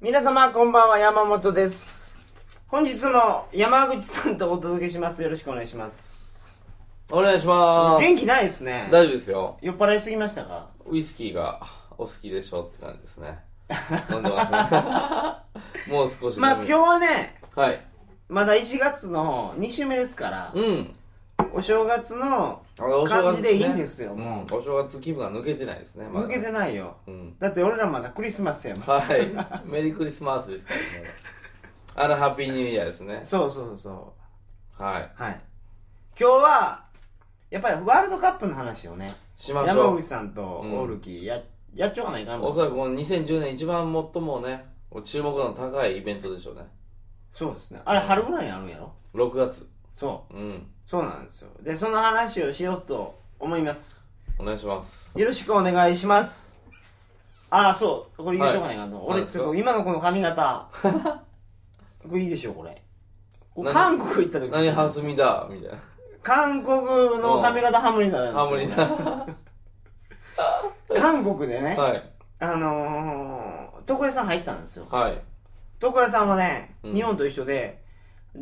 皆様こんばんは山本です本日も山口さんとお届けしますよろしくお願いしますお願いします。元気ないですね大丈夫ですよ。酔っ払いすぎましたかウイスキーがお好きでしょって感じですね。飲んでます ね。もう少し飲み。まあ今日はねはい。まだ1月の2週目ですからうん。お正月のあれお感じでいいんですよもうんお正月気分が抜けてないですね。まだ抜けてないようん。だって俺らまだクリスマスやもんはい。メリークリスマスですからね。あら、ハッピーニューイヤーですね。そうそうそうそはい。うはい今日はやっぱりワールドカップの話をねしまし山ょ口う。さんとうんオールキーや,、やっちゃおかないかんのおそらくこの2010年一番最もね、注目の高いイベントでしょうね。そうですねあれ春ぐらいにあるんやろ6月。そううん。そうなんですよ。で、その話をしようと思います。お願いします。よろしくお願いします。ああ、そう。これ言うとかないかな。はい俺、何ですちかょっと今のこの髪 型。これいいでしょ、これ。これ韓何国行った時何、はずみだみたいな。韓国の髪型ハムリダハなんモでリすよ。だ。韓国でね、はい。あのー、床屋さん入ったんですよ。はい。床屋さんはね、うん日本と一緒で、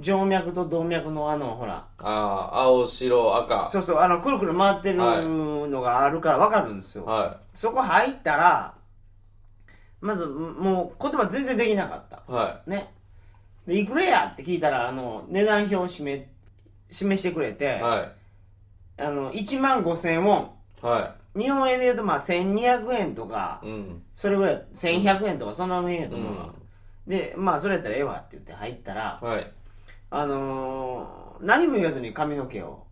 静脈と動脈のあの、ほら、ああ、青、白、赤。そうそう、あの、くるくる回ってるのがあるからわかるんですよ。はそこ入ったら、まず、んもう言葉全然できなかった。い。はね。で、いくらやって聞いたら、あの、値段表を示、示してくれて、い。はあの、1万5千ウォン。い。は日本円で言うと、まあ、1200円とかい。、うん。それぐらい、1100円とか、そんなの辺やとう思うわ、ん。で、まあ、それやったらええわって言って入ったら、はい。あのー何も言わずに髪の毛を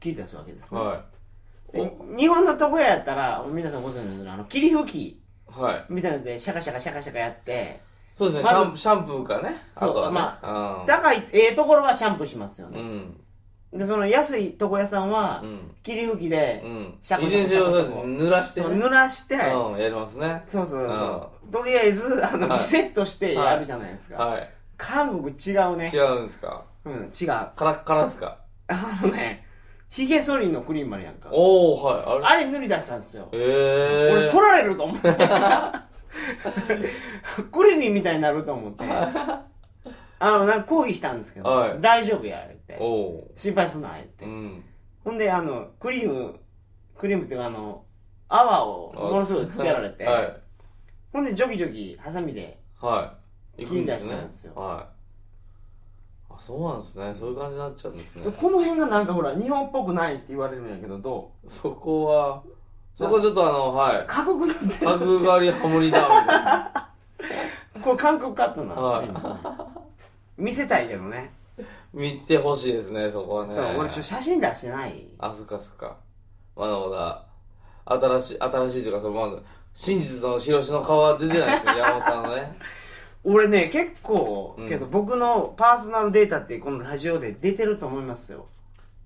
切り出すわけですね。はで日本のとこやったら、皆さんご存知のようにあの、霧吹きい。はい。みたいなので、シャカシャカシャカシャカやって、そうですね、まシずャンシャンプーかね。あそうとはね。まあ高い、ええところはシャンプーしますようね。ん。で、その安い床屋さんはう、ん。霧吹きうで、ん。シャコいシずれャコにシャせよ、コそシャコうです濡らしてそう、ね。濡らして、うん、やりますね。そうそうそう。とりあえず、あの、はいリセットしてはいやるじゃないですか。は韓国違うい。ね違。うんですかうん、違う。あカラッカラですかのね、ヒゲ剃りのクリームあるやんか。おおはい。あれあれ塗り出したんですよ。ええ。俺、剃られると思って。クリリンみたいになると思って。あの、なんか抗議したんですけはど、い大丈夫や、あれってお。お心配すんな、あれってー。う。ん。ほんで、あの、クリーム、クリームっていうか、あの、泡をものすごいつけられて、はい。ほんで、ジョキジョキ、ハサミで、はい。切り出したんですよはい。あ、そうなんですね。そういう感じになっちゃうんですね。この辺がなんかほら、日本っぽくないって言われるんやけど、どうそこは、そこちょっとあの、はい。韓国なんて、角刈りハモリだみたい な。これ韓国カットなんはでいすね今ね。見せたいけどね。見てほしいですね、そこはね。そう、俺ちょっと写真出してない。あそかそか。まだまだ、新しい、新しいというか、その、まだ、真実の広島の顔は出てないです ね、山本さんのね。俺ね、結構う、んけど僕のパーソナルデータってこのラジオで出てると思いますよ。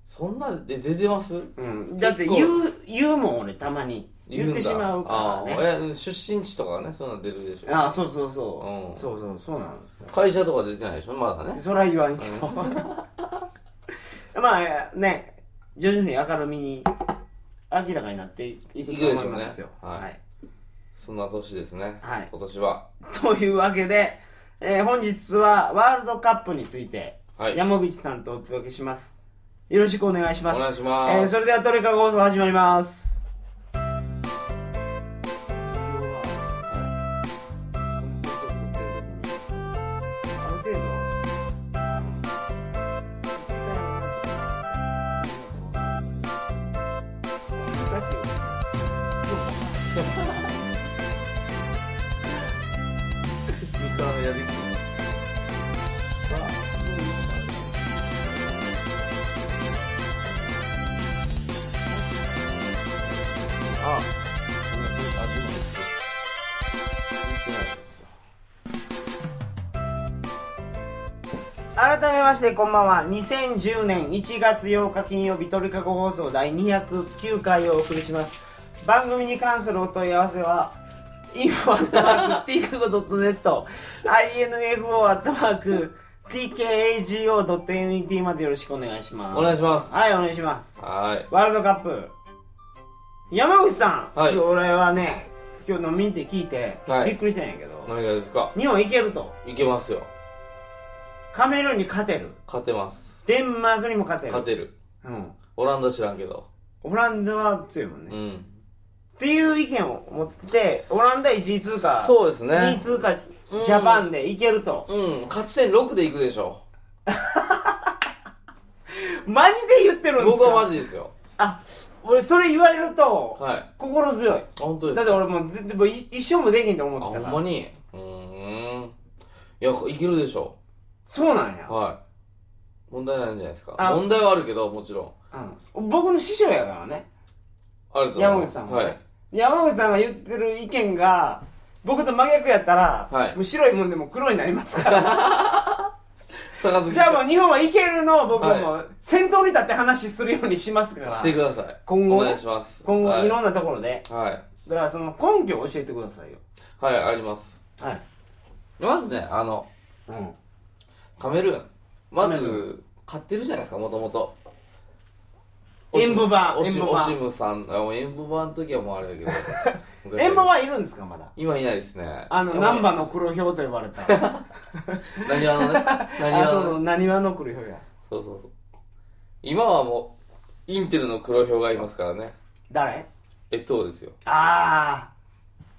そんな、え、出てますうん。だって言う、言うもん俺たまに。言ってしまうからね。らね。え、出身地とかね、そういうの出るでしょ。ああ、そうそうそうう。んそうそう、そうなんですよ。会社とか出てないでしょ、まだね。そら言わんけどまあね徐々に明るみに明らかになっていくと思いますよいくでしょうねはいはいそんな年ですね。はい今年は。というわけで、えー本日はワールドカップについてはい。山口さんとお届けしますよろしくお願いしおます願いしえます。ーそれではトリカゴ放送始まりますある程度使えるなと使えるなと思うんですよだってミカやできあ、改めましてこんばんは2010年1月8日金曜日鳥かご放送第209回をお送りします番組に関するお問い合わせは info.tkago.net info.tkago.net までよろしくお願いしますお願いします。はいお願いしますはい。ワールドカップ山口さん、はいちょっと俺はね今日飲みに行って聞いて、はいびっくりしたんやけどと何がですか日本いけるといけますよカメルーンに勝てる勝てますデンマークにも勝てる勝てるうん、オランダ知らんけどオランダは強いもんね、うっんていう意見を持っててオランダ1位通過そうですね2位通過ジうんャパンでいけると、うん勝ち点6でいくでしょマジで言ってるんですか僕はマジですよあ俺それ言われると、はい心強いあ本当ですだかって俺もうずもうい一生もできんとあ思っほてんたかまらにうーんいやいけるでしょそうなんや、はい問題ないんじゃないですかあ問題はあるけどもちろんうん、僕の師匠やからねあると思い山ます口さんははねい山口さんが言ってる意見が僕と真逆やったら、はいもう白いもんでも黒になりますから 坂月じゃあもう日本はいけるのを僕ははいもう先頭に立って話するようにしますからしてください今後おね願いします今後はいろんなところで、はいだからその根拠を教えてくださいよはいありますはい、まずねあのうん、カメルーンまカメず買ってるじゃないですかもともとエンボバオシエンムボバオシムさんあもうエンボバの時はもうあ れだけどエンボはいるんですかまだ今いないですねあのやばい難波の黒ひょうと呼ばれた何話のね 何あ話そのうねそうなにわの黒ひょうやそうそうそう今はもうインテルの黒ひょうがいますからね誰えっとですよあ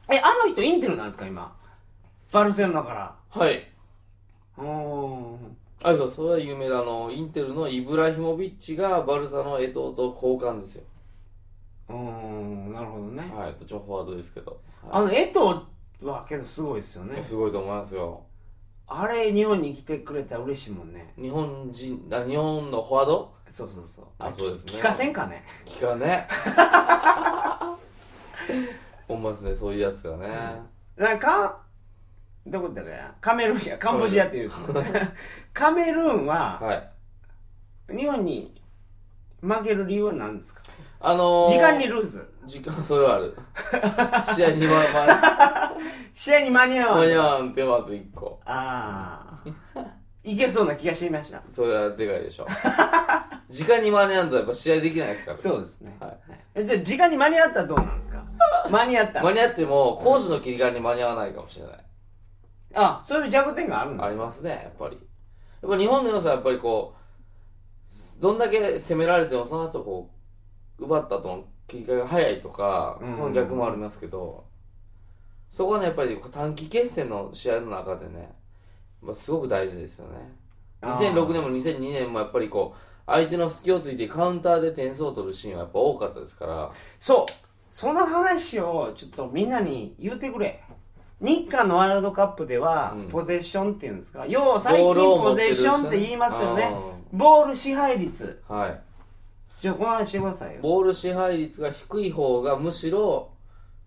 あえあの人インテルなんですか今バルセロナからはいうーんあそうそれは有名だあのインテルのイブラヒモビッチがバルサのエトーと交換ですようーんなるほどね、はいどっちもフォワードですけど、あはの江藤はけどすごいですよいねすごいと思いますよあれ日本に来てくれたら嬉しいもんね日本人あ日本のフォワードそうそうそうあそうですね聞かせんかね聞 かねほんまですねそういうやつがね、なんかどこだったかなカメルーンやカンボジアっていうカンボジカメルーンははい日本に負ける理由は何ですかあのー、時間にルーズ時間それはあ る試合に間に合試合に間に合わわん間に合ないわんってまず1個ああいけそうな気がしていましたそれはでかいでしょ時間に間に合わんとやっぱ試合できないですからそうですねはいえじゃあ時間に間に合ったらどうなんですか間に合った間に合っても攻守の切り替えに間に合わないかもしれないあそういう弱点があるんであすりかますねやっぱりやっぱ日本の良さはやっぱりこうどんだけ攻められてもその後こう奪った後の切り替えが早いとか、うんその逆もありますけどそこはねやっぱり短期決戦の試合の中でね、まあ、すごく大事ですよね2006年も2002年もやっぱりこう相手の隙をついてカウンターで点数を取るシーンはやっぱ多かったですからそうその話をちょっとみんなに言うてくれ日韓のワールドカップでは、うんポゼッションっていうんですかよう最近ボールを持ポってゼッるションって言いますよねボール支配率うんはいじゃあこの話してくださいよボール支配率が低い方がむしろ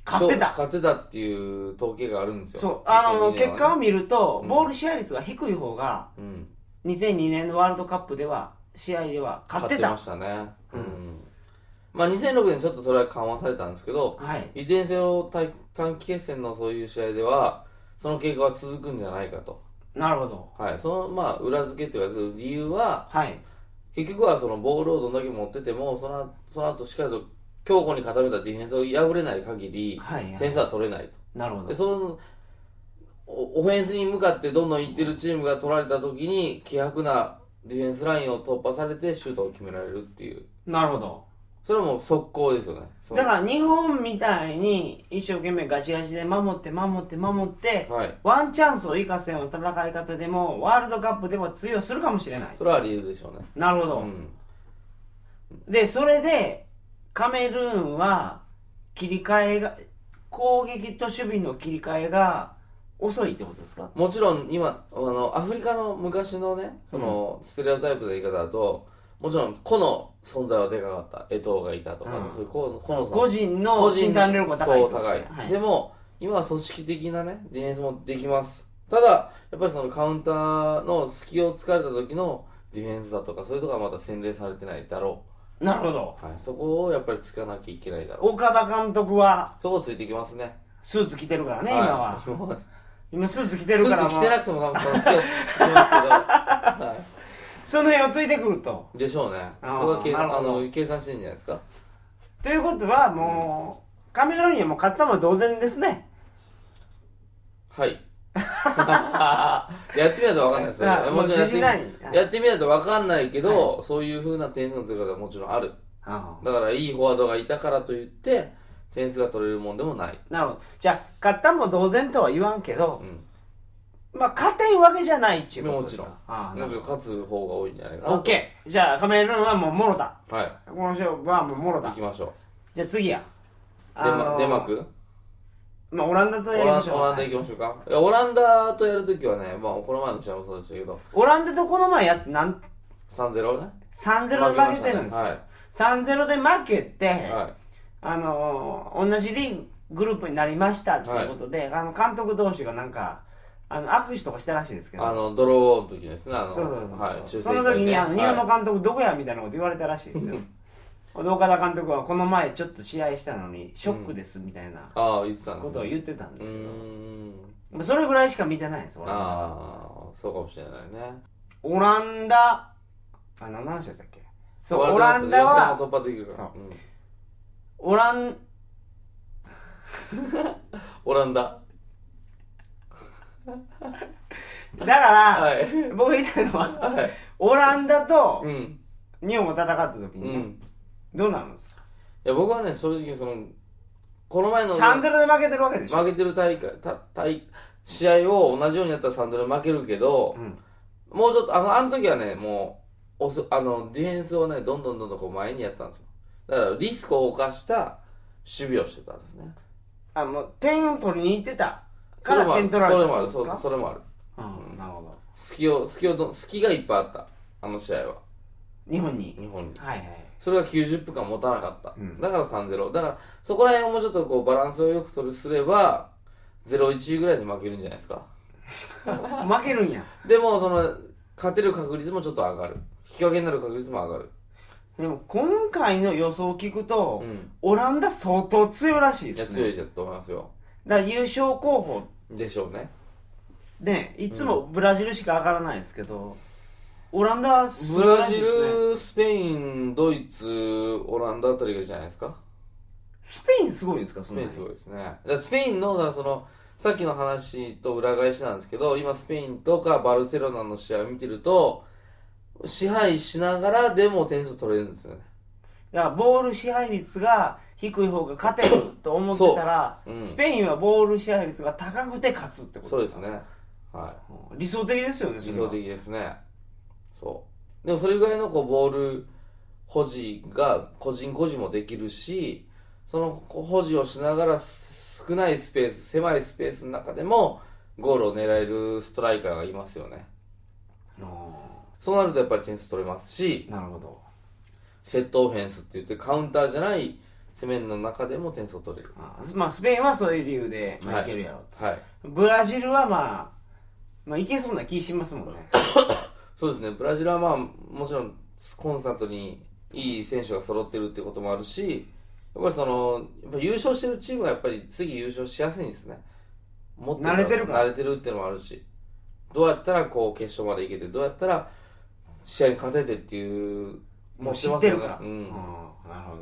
勝ってた勝てたっていう統計があるんですよそうあの2002結果を見ると、うんボール支配率が低い方がうん、 2002年のワールドカップでは試合では勝ってたましたねううんん、まあ2006年ちょっとそれは緩和されたんですけどはいいずれにせよ短短期決戦のそういう試合ではその傾向は続くんじゃないかとなるほどはいそのまあ裏付けというか理由ははい結局はそのボールをどんだけ持っててもそのその後しっかりと強固に固めたディフェンスを破れない限りはいはい点数は取れないとなるほどでそのおオフェンスに向かってどんどんいってるチームが取られた時に希薄なディフェンスラインを突破されてシュートを決められるっていうなるほどそれはもう速攻ですよねそのだから日本みたいに一生懸命ガチガチで守って守って守ってはいワンチャンスを生かせよう戦い方でもワールドカップでも通用するかもしれないそれは理由でしょうねなるほうど、んでそれでカメルーンは切り替えが攻撃と守備の切り替えが遅いってことですかもちろん今あのアフリカの昔のねその、ステレオタイプの言い方だともちろん個の存在はでかかった江藤がいたとか、うんそういう個の個の存在個人の診断力が高いそっうてこと高い、ですねはいでも今は組織的なねディフェンスもできますただやっぱりそのカウンターの隙を突かれた時のディフェンスだとかそういうとこはまだ洗練されてないだろなるほどう、はい、そこをやっぱりつかなきゃいけないだろう岡田監督はそこをついてきますねスーツ着てるからね、い、今は今は今スーツ着てスるからーもツう着てなくても多分その隙をつつきますけど、 はその辺をついてくるとい、でしょうねそあーこは計なる算あほどの計算してんじゃないですかということはもう、カメルーンにはもう勝ったも同然ですねはい やってみないと分かんないですよあもうちろん自やって信みないあやってみないと分かんないけど、そういう風な点数の取り方はもちろんあるあだからいいフォワードがいたからといって点数が取れるもんでもない、なるほどじゃあ勝ったも同然とは言わんけどう、ん、まあ、勝てんわけじゃないっていうことですかもちろんああなむるしほどろ勝つ方が多いんじゃないかなオッケーじゃあカメルーンはもうもろだーはいこの勝負はもうもろ行だきましょうじゃあ次やデマデマククまあオランダとオやりまラしンょうオランダ行きましょうかいやオランダとやるときはね、まあ、この前の試合もそうでしたけどオランダとこの前やってなん3-0ね3-0でまし負けたてるんねですよ、は3-0で負けて、い、はいあのー同じリーググループになりましたということで、あの監督同士がなんかあの握手とかしたらしいですけどあの、ドローの時ですね。あの、そうそうそう、はい、修正その時にあの、会ね日本の監督どこやみたいなこと言われたらしいです よ岡田監督はこの前ちょっと試合したのにショックですみたいなはい、ああ、言ってたんですねことを言ってたんですけうど、ーん。まあそれぐらいしか見てないんですオランダああ、そうかもしれないね。オランダあ何の話だったっけそうオランダ予は選も突破できるから。そううんオランオランダ。だから、はい。僕言いたいのははい。オランダとうん。日本を戦った時うにね、ん。どうなるんですかいや、僕はね、正直、その、この前の、 3-0で負けてるわけでしょ、負けてる大会、た、大、試合を同じようにやったら3-0負けるけど、うんもうちょっと、あの、あの時はね、もう、おすあの、ディフェンスをね、どんどんどんどんこう前にやったんですよ。だから、リスクを犯した守備をしてたんですね。あもう点を取りに行ってたから点取られたそれってもことあるでそすうそうかそれもあるうんなるほど隙を隙をど隙がいっぱいあったあの試合は日本に日本にはいはいそれが90分間持たなかった、うんだから3-0だからそこら辺をもうちょっとこうバランスをよく取るすれば0-1ぐらいで負けるんじゃないですか負けるんやでもその勝てる確率もちょっと上がる引き分けになる確率も上がるでも今回の予想を聞くと、うんオランダ相当強いらしいいやです強ねいじゃと思いますよだから優勝候補でしょうねねいつもブラジルしか上がらないですけど、オランダはすブごいらラしいジですねル、スペインドイツオランダあたりがじゃないですかスペインすごいんですかそスのペインすごいですね。だからスペインの、だからその、さっきの話と裏返しなんですけど、今スペインとかバルセロナの試合を見てると、支配しながらでも点数取れるんですよね。だからボール支配率が低い方が勝てると思ってたら、そううんスペインはボール支配率が高くて勝つってことそうでですすかね。はうん理想的ですよねい。それ理は想的ですね。そう。でもそれぐらいのこうボール保持が個人個人もできるし、そのこう保持をしながらす少ないスペース、狭いスペースの中でもゴールを狙えるストライカーがいますよね。あそうなるとやっぱり点数取れますし、ーなるほどセットオフェンスって言ってカウンターじゃない攻めの中でも点数を取れるあーまあスペインはそういう理由で、まあ、いけるやろうはいと、ブラジルはまあまあいけそうな気しますもん ねそうですねブラジルはまあもちろんコンスタントにいい選手が揃ってるってこともあるしやっぱりそのやっぱ優勝してるチームがやっぱり次優勝しやすいんですね持慣れてるから慣れてるっていうのもあるしどうやったらこう決勝まで行けてどうやったら試合に勝ててっていうもう知っ持ますてよるねから、ううんん、なる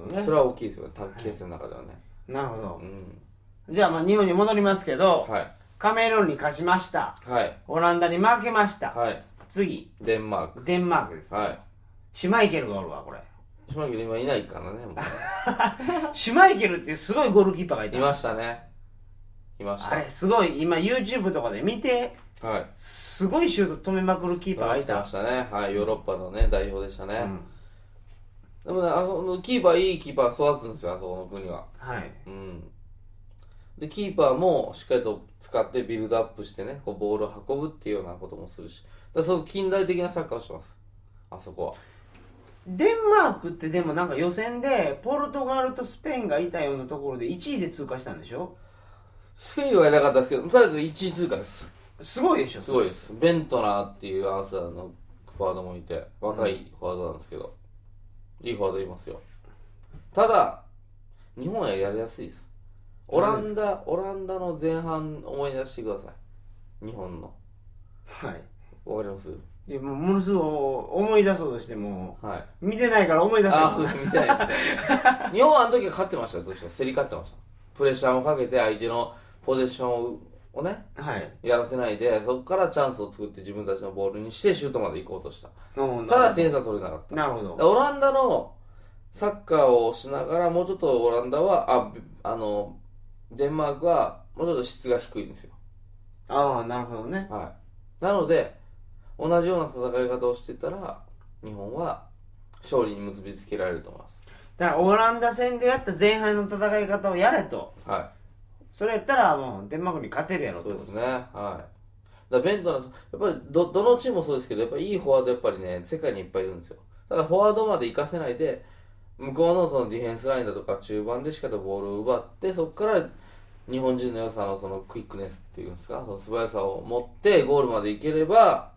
ほどねそれは大きいですよね短期決戦の中ではね、なるほどう、んじゃあまあ日本に戻りますけど、はいカメルーンに勝ちましたはいオランダに負けました、はい次デンマークデンマークです、はいシュマイケルがおるわこれシュマイケル今いないか らね、もう。シュマイケルっていうすごいゴールキーパーがいいたましたね。いましあれすごい今 YouTube とかで見てた。はい。すごいシュート止めまくるキーパーがいいまたしたね。はい、ヨーロッパのね、代表でしたうね。んでもね、あそのキーパー、いいキーパー育つんですよ、あそこの国は。はいうん。で、キーパーもしっかりと使ってビルドアップしてね、こうボールを運ぶっていうようなこともするし、だからそういう近代的なサッカーをしてます。あそこは。デンマークってでもなんか予選でポルトガルとスペインがいたようなところで1位で通過したんでしょスペインはいなかったですけど、とりあえず1位通過です。すごいでしょすごいいです。ベントナーっていうアンサーのフォワードもいて、若いフォワードなんですけど、いいフォワードいますよ。ただ、日本はやりやすいです。オランダ、オランダの前半思い出してください。日本の。はいわかりますいやもうものすごい思い出そうとしてもはい。見てないから思い出せあなー、見てないです ね。日本はあの時は勝ってましたよ、どうしても。競り勝ってました。プレッシャーもかけて、相手のポゼッションををね、はい。やらせないで、そこからチャンスを作って自分たちのボールにしてシュートまで行こうとした。おーただなる点差取れなかっほどなるほた。ど。オランダのサッカーをしながら、もうちょっとオランダは、あ、あの、デンマークはもうちょっと質が低いんですよ。ああ、なるほどね。はい。なので、同じような戦い方をしてたら、日本は勝利に結びつけられると思います。だから、オランダ戦でやった前半の戦い方をやれと。はそれやったら、もう、デンマークに勝てるやろい。っそてうことですね。はい。だからベントナーさんやっぱりど、どのチームもそうですけど、やっぱりいいフォワードやっぱりね、世界にいっぱいいるんですよ。だからフォワードまで行かせないで、向こうのそのディフェンスラインだとか中盤でしかとボールを奪って、そこから日本人の良さのそのクイックネスっていうんですか、その素早さを持ってゴールまで行ければ、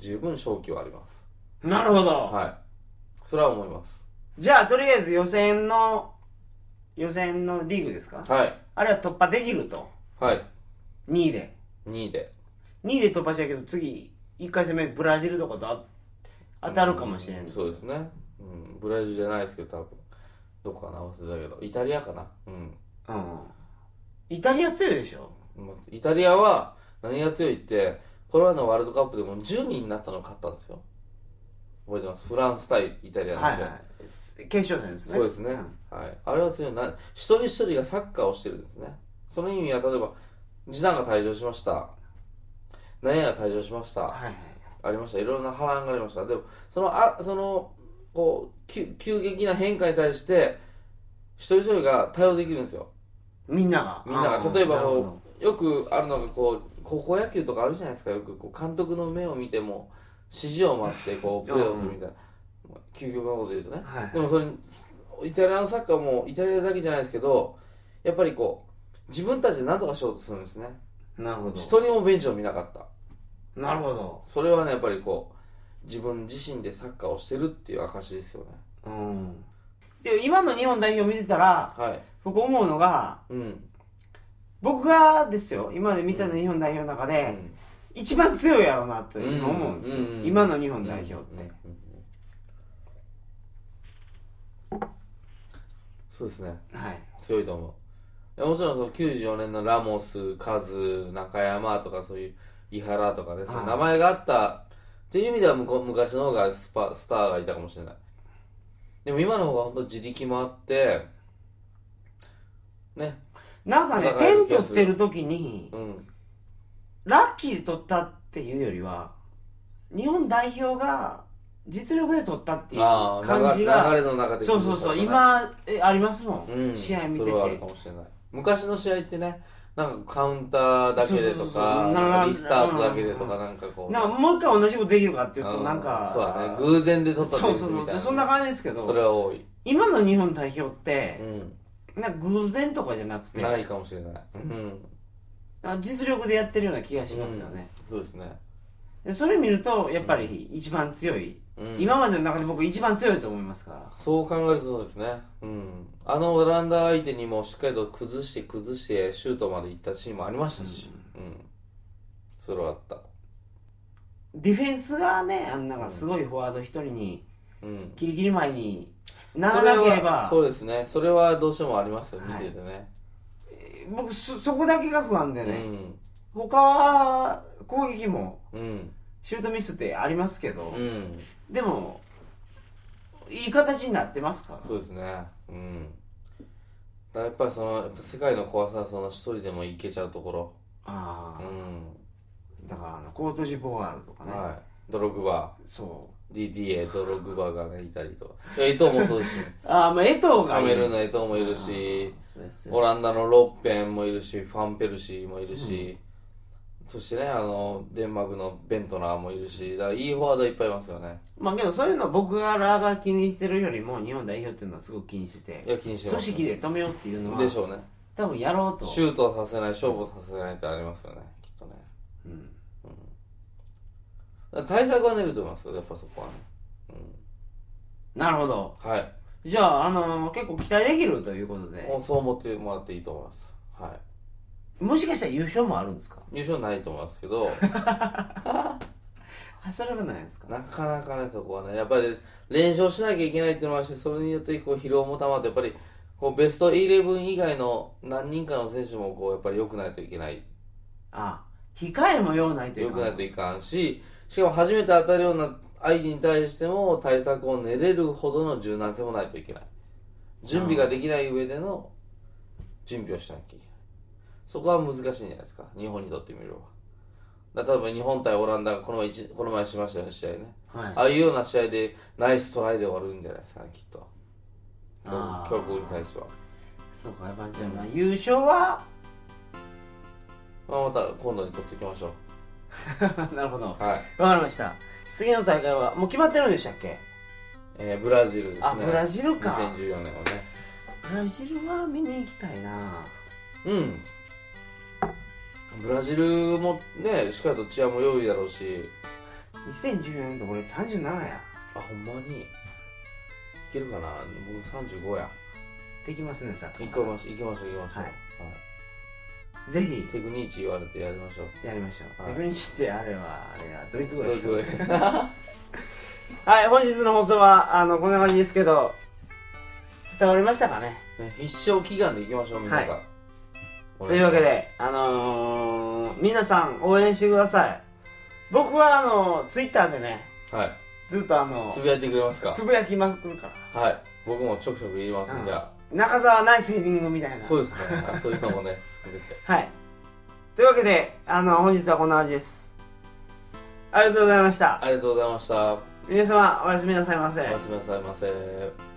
十分勝機はあります。なるほど。はい。それは思います。じゃあ、とりあえず予選の、予選のリーグですかはい。あれは突破できると。はい。 2位で。 2位で。 2位で突破したけど、次、1回戦目、ブラジルとかとあ当たるかもしれないうんです。そうですね。うん。ブラジルじゃないですけど、多分。どこかな忘れたけど。イタリアかな。うん。うん。イタリア強いでしょまイタリアは何が強いって、コロナのワールドカップでも10人になったの勝ったんですよ。覚えてますフランス対イタリアの試合。はいはい。す決勝戦ですね。そうですね。はい。あれは強いな。一人一人がサッカーをしてるんですね。その意味は、例えば、次男が退場しました。何々が退場しました。はいはい。ありましたいろいろな波乱がありましたでもそのあそのこう急急激な変化に対して一人一人が対応できるんですよみんなが。みんながうん例えばなるほどこよくあるのがこう高校野球とかあるじゃないですかよくこう監督の目を見ても指示を待ってこうプレーをするみたいな究極のこと言うとねはいはいでもそれイタリアのサッカーもイタリアだけじゃないですけどやっぱりこう自分たちで何とかしようとするんですねなるほ一ど。人もベンチを見なかったなるほど。それはねやっぱりこう自分自身でサッカーをしてるっていう証ですよねうん。で、今の日本代表見てたら、はい僕思うのが、うん、僕がですよ、今まで見たの日本代表の中で、一番強いやろうなって今思うんですよ、うんうんうん今の日本代表って、うんうんうんそうですねはい強いと思ういやもちろんその94年のラモスカズ中山とかそういう井原とかねその名前があったっていう意味では向こう昔の方がスパスターがいたかもしれないでも今の方が本当自力もあってねなんかね戦える点気が取っするてる時にうんラッキーで取ったっていうよりは日本代表が実力で取ったっていうああ感じ流がれ流れの中でそうそうそう、今えありますもん、うん試合見てそてれはあるかもしれない昔の試合ってねなんかカウンターだけでそうとそうそうそうかなんかリスタートだけでとかうんなんかこうなんかもう一回同じことできるかっていうとうんなんか、そうだね偶然で取ったそう点数そみうそたいうなそんな感じですけどそれは多い今の日本代表ってう、んなんか偶然とかじゃなくてないかもしれないうんなんか実力でやってるような気がしますよね、そうですねでそれ見るとやっぱり一番強い、うん今までの中で僕一番強いと思いますからそう考えるとそうですねうんあのオランダ相手にもしっかりと崩して崩してシュートまで行ったシーンもありましたしうんそれはあったディフェンスがねあんなんかすごいフォワード一人にうんキリキリ前にならなければそはそうですねそれはどうしてもありますよ見ててね、えー僕そそこだけが不安でうね、ん他は攻撃もうんシュートミスってありますけどう、んでもいい形になってますからそうですねうんだからやっぱりそのやっぱ世界の怖さはその一人でもいけちゃうところあうあんだからあのコートジボワールとかね、はいドログバそ DDA ドログバがねいたりとかいや伊藤もそうですしうああまあ江藤がいいカメルーンの江藤もいるあしーそうですよオランダのロッペンもいるしファンペルシーもいるし、そしてねあのデンマークのベントナーもいるしだからいいフォワードいっぱいいますよねまあけどそういうの僕らが気にしてるよりも日本代表っていうのはすごく気にしてていや気にしてま組す織で止めようっていうのはでしょうね多分やろうと、シュートをさせない勝負をさせないってありますよねきっとねうんだから対策は練ると思いますよやっぱそこはね、うなるほどん、はいじゃあ、あのー結構期待できるということでもうそう思ってもらっていいと思いますはもしかしたら優勝もあるんですかい優勝ないと思いますけ どあそれはないですかなかなかねそこはねやっぱり連勝しなきゃいけないっていうのもあるしそれによってこう疲労もたまってやっぱりこうベストイレブン以外の何人かの選手もこうやっぱり良くないといけないあ控えもようないとい良うかくないといかんししかも初めて当たるような相手に対しても対策を練れるほどの柔軟性もないといけない準備ができない上での準備をしなきゃいけないそこは難しいんじゃないですか日本にとってみればだ例えば日本対オランダがこの前一この前しましたよね試合ねはいああいうような試合でナイストライで終わるんじゃないですかねきっとあー強国に対しては、そうかやっぱじゃあまあ優勝は まあ、また今度に取っていきましょなるほどわうはい、かりました次の大会はもう決まってるんでしたっけえーブラジルですねあブラジルか2014年はねブラジルは見に行きたいなうんブラジルもねしっかりと治安も良いだろうし2014年って俺37やあほんまにいけるかな僕35やできますねさ行きましょう行きましょう行きましょはう、いはいぜひテクニーチ言われてやりましょうやりましょうはいテクニチってあれはあれはドイツ語どうでいすうこと ではい本日の放送はあのこんな感じですけど伝わりましたかねね必勝祈願でいきましょう皆さん、はおと願いうしまわすけで、あのー、皆さん応援してください。僕はあの、ツイッターでね、はいずっとあのつ、ぶやいてくれますかつぶやきまくるから。はい僕もちょくちょく言います、うんじゃ中澤ナイスヘディングみたいあな。そうですねあそういうのもねはい。というわけで、あの、本日はこんな感じです。ありがとうございました。ありがとうございましたお皆様、おやすみなさいませ。やすみなさいませ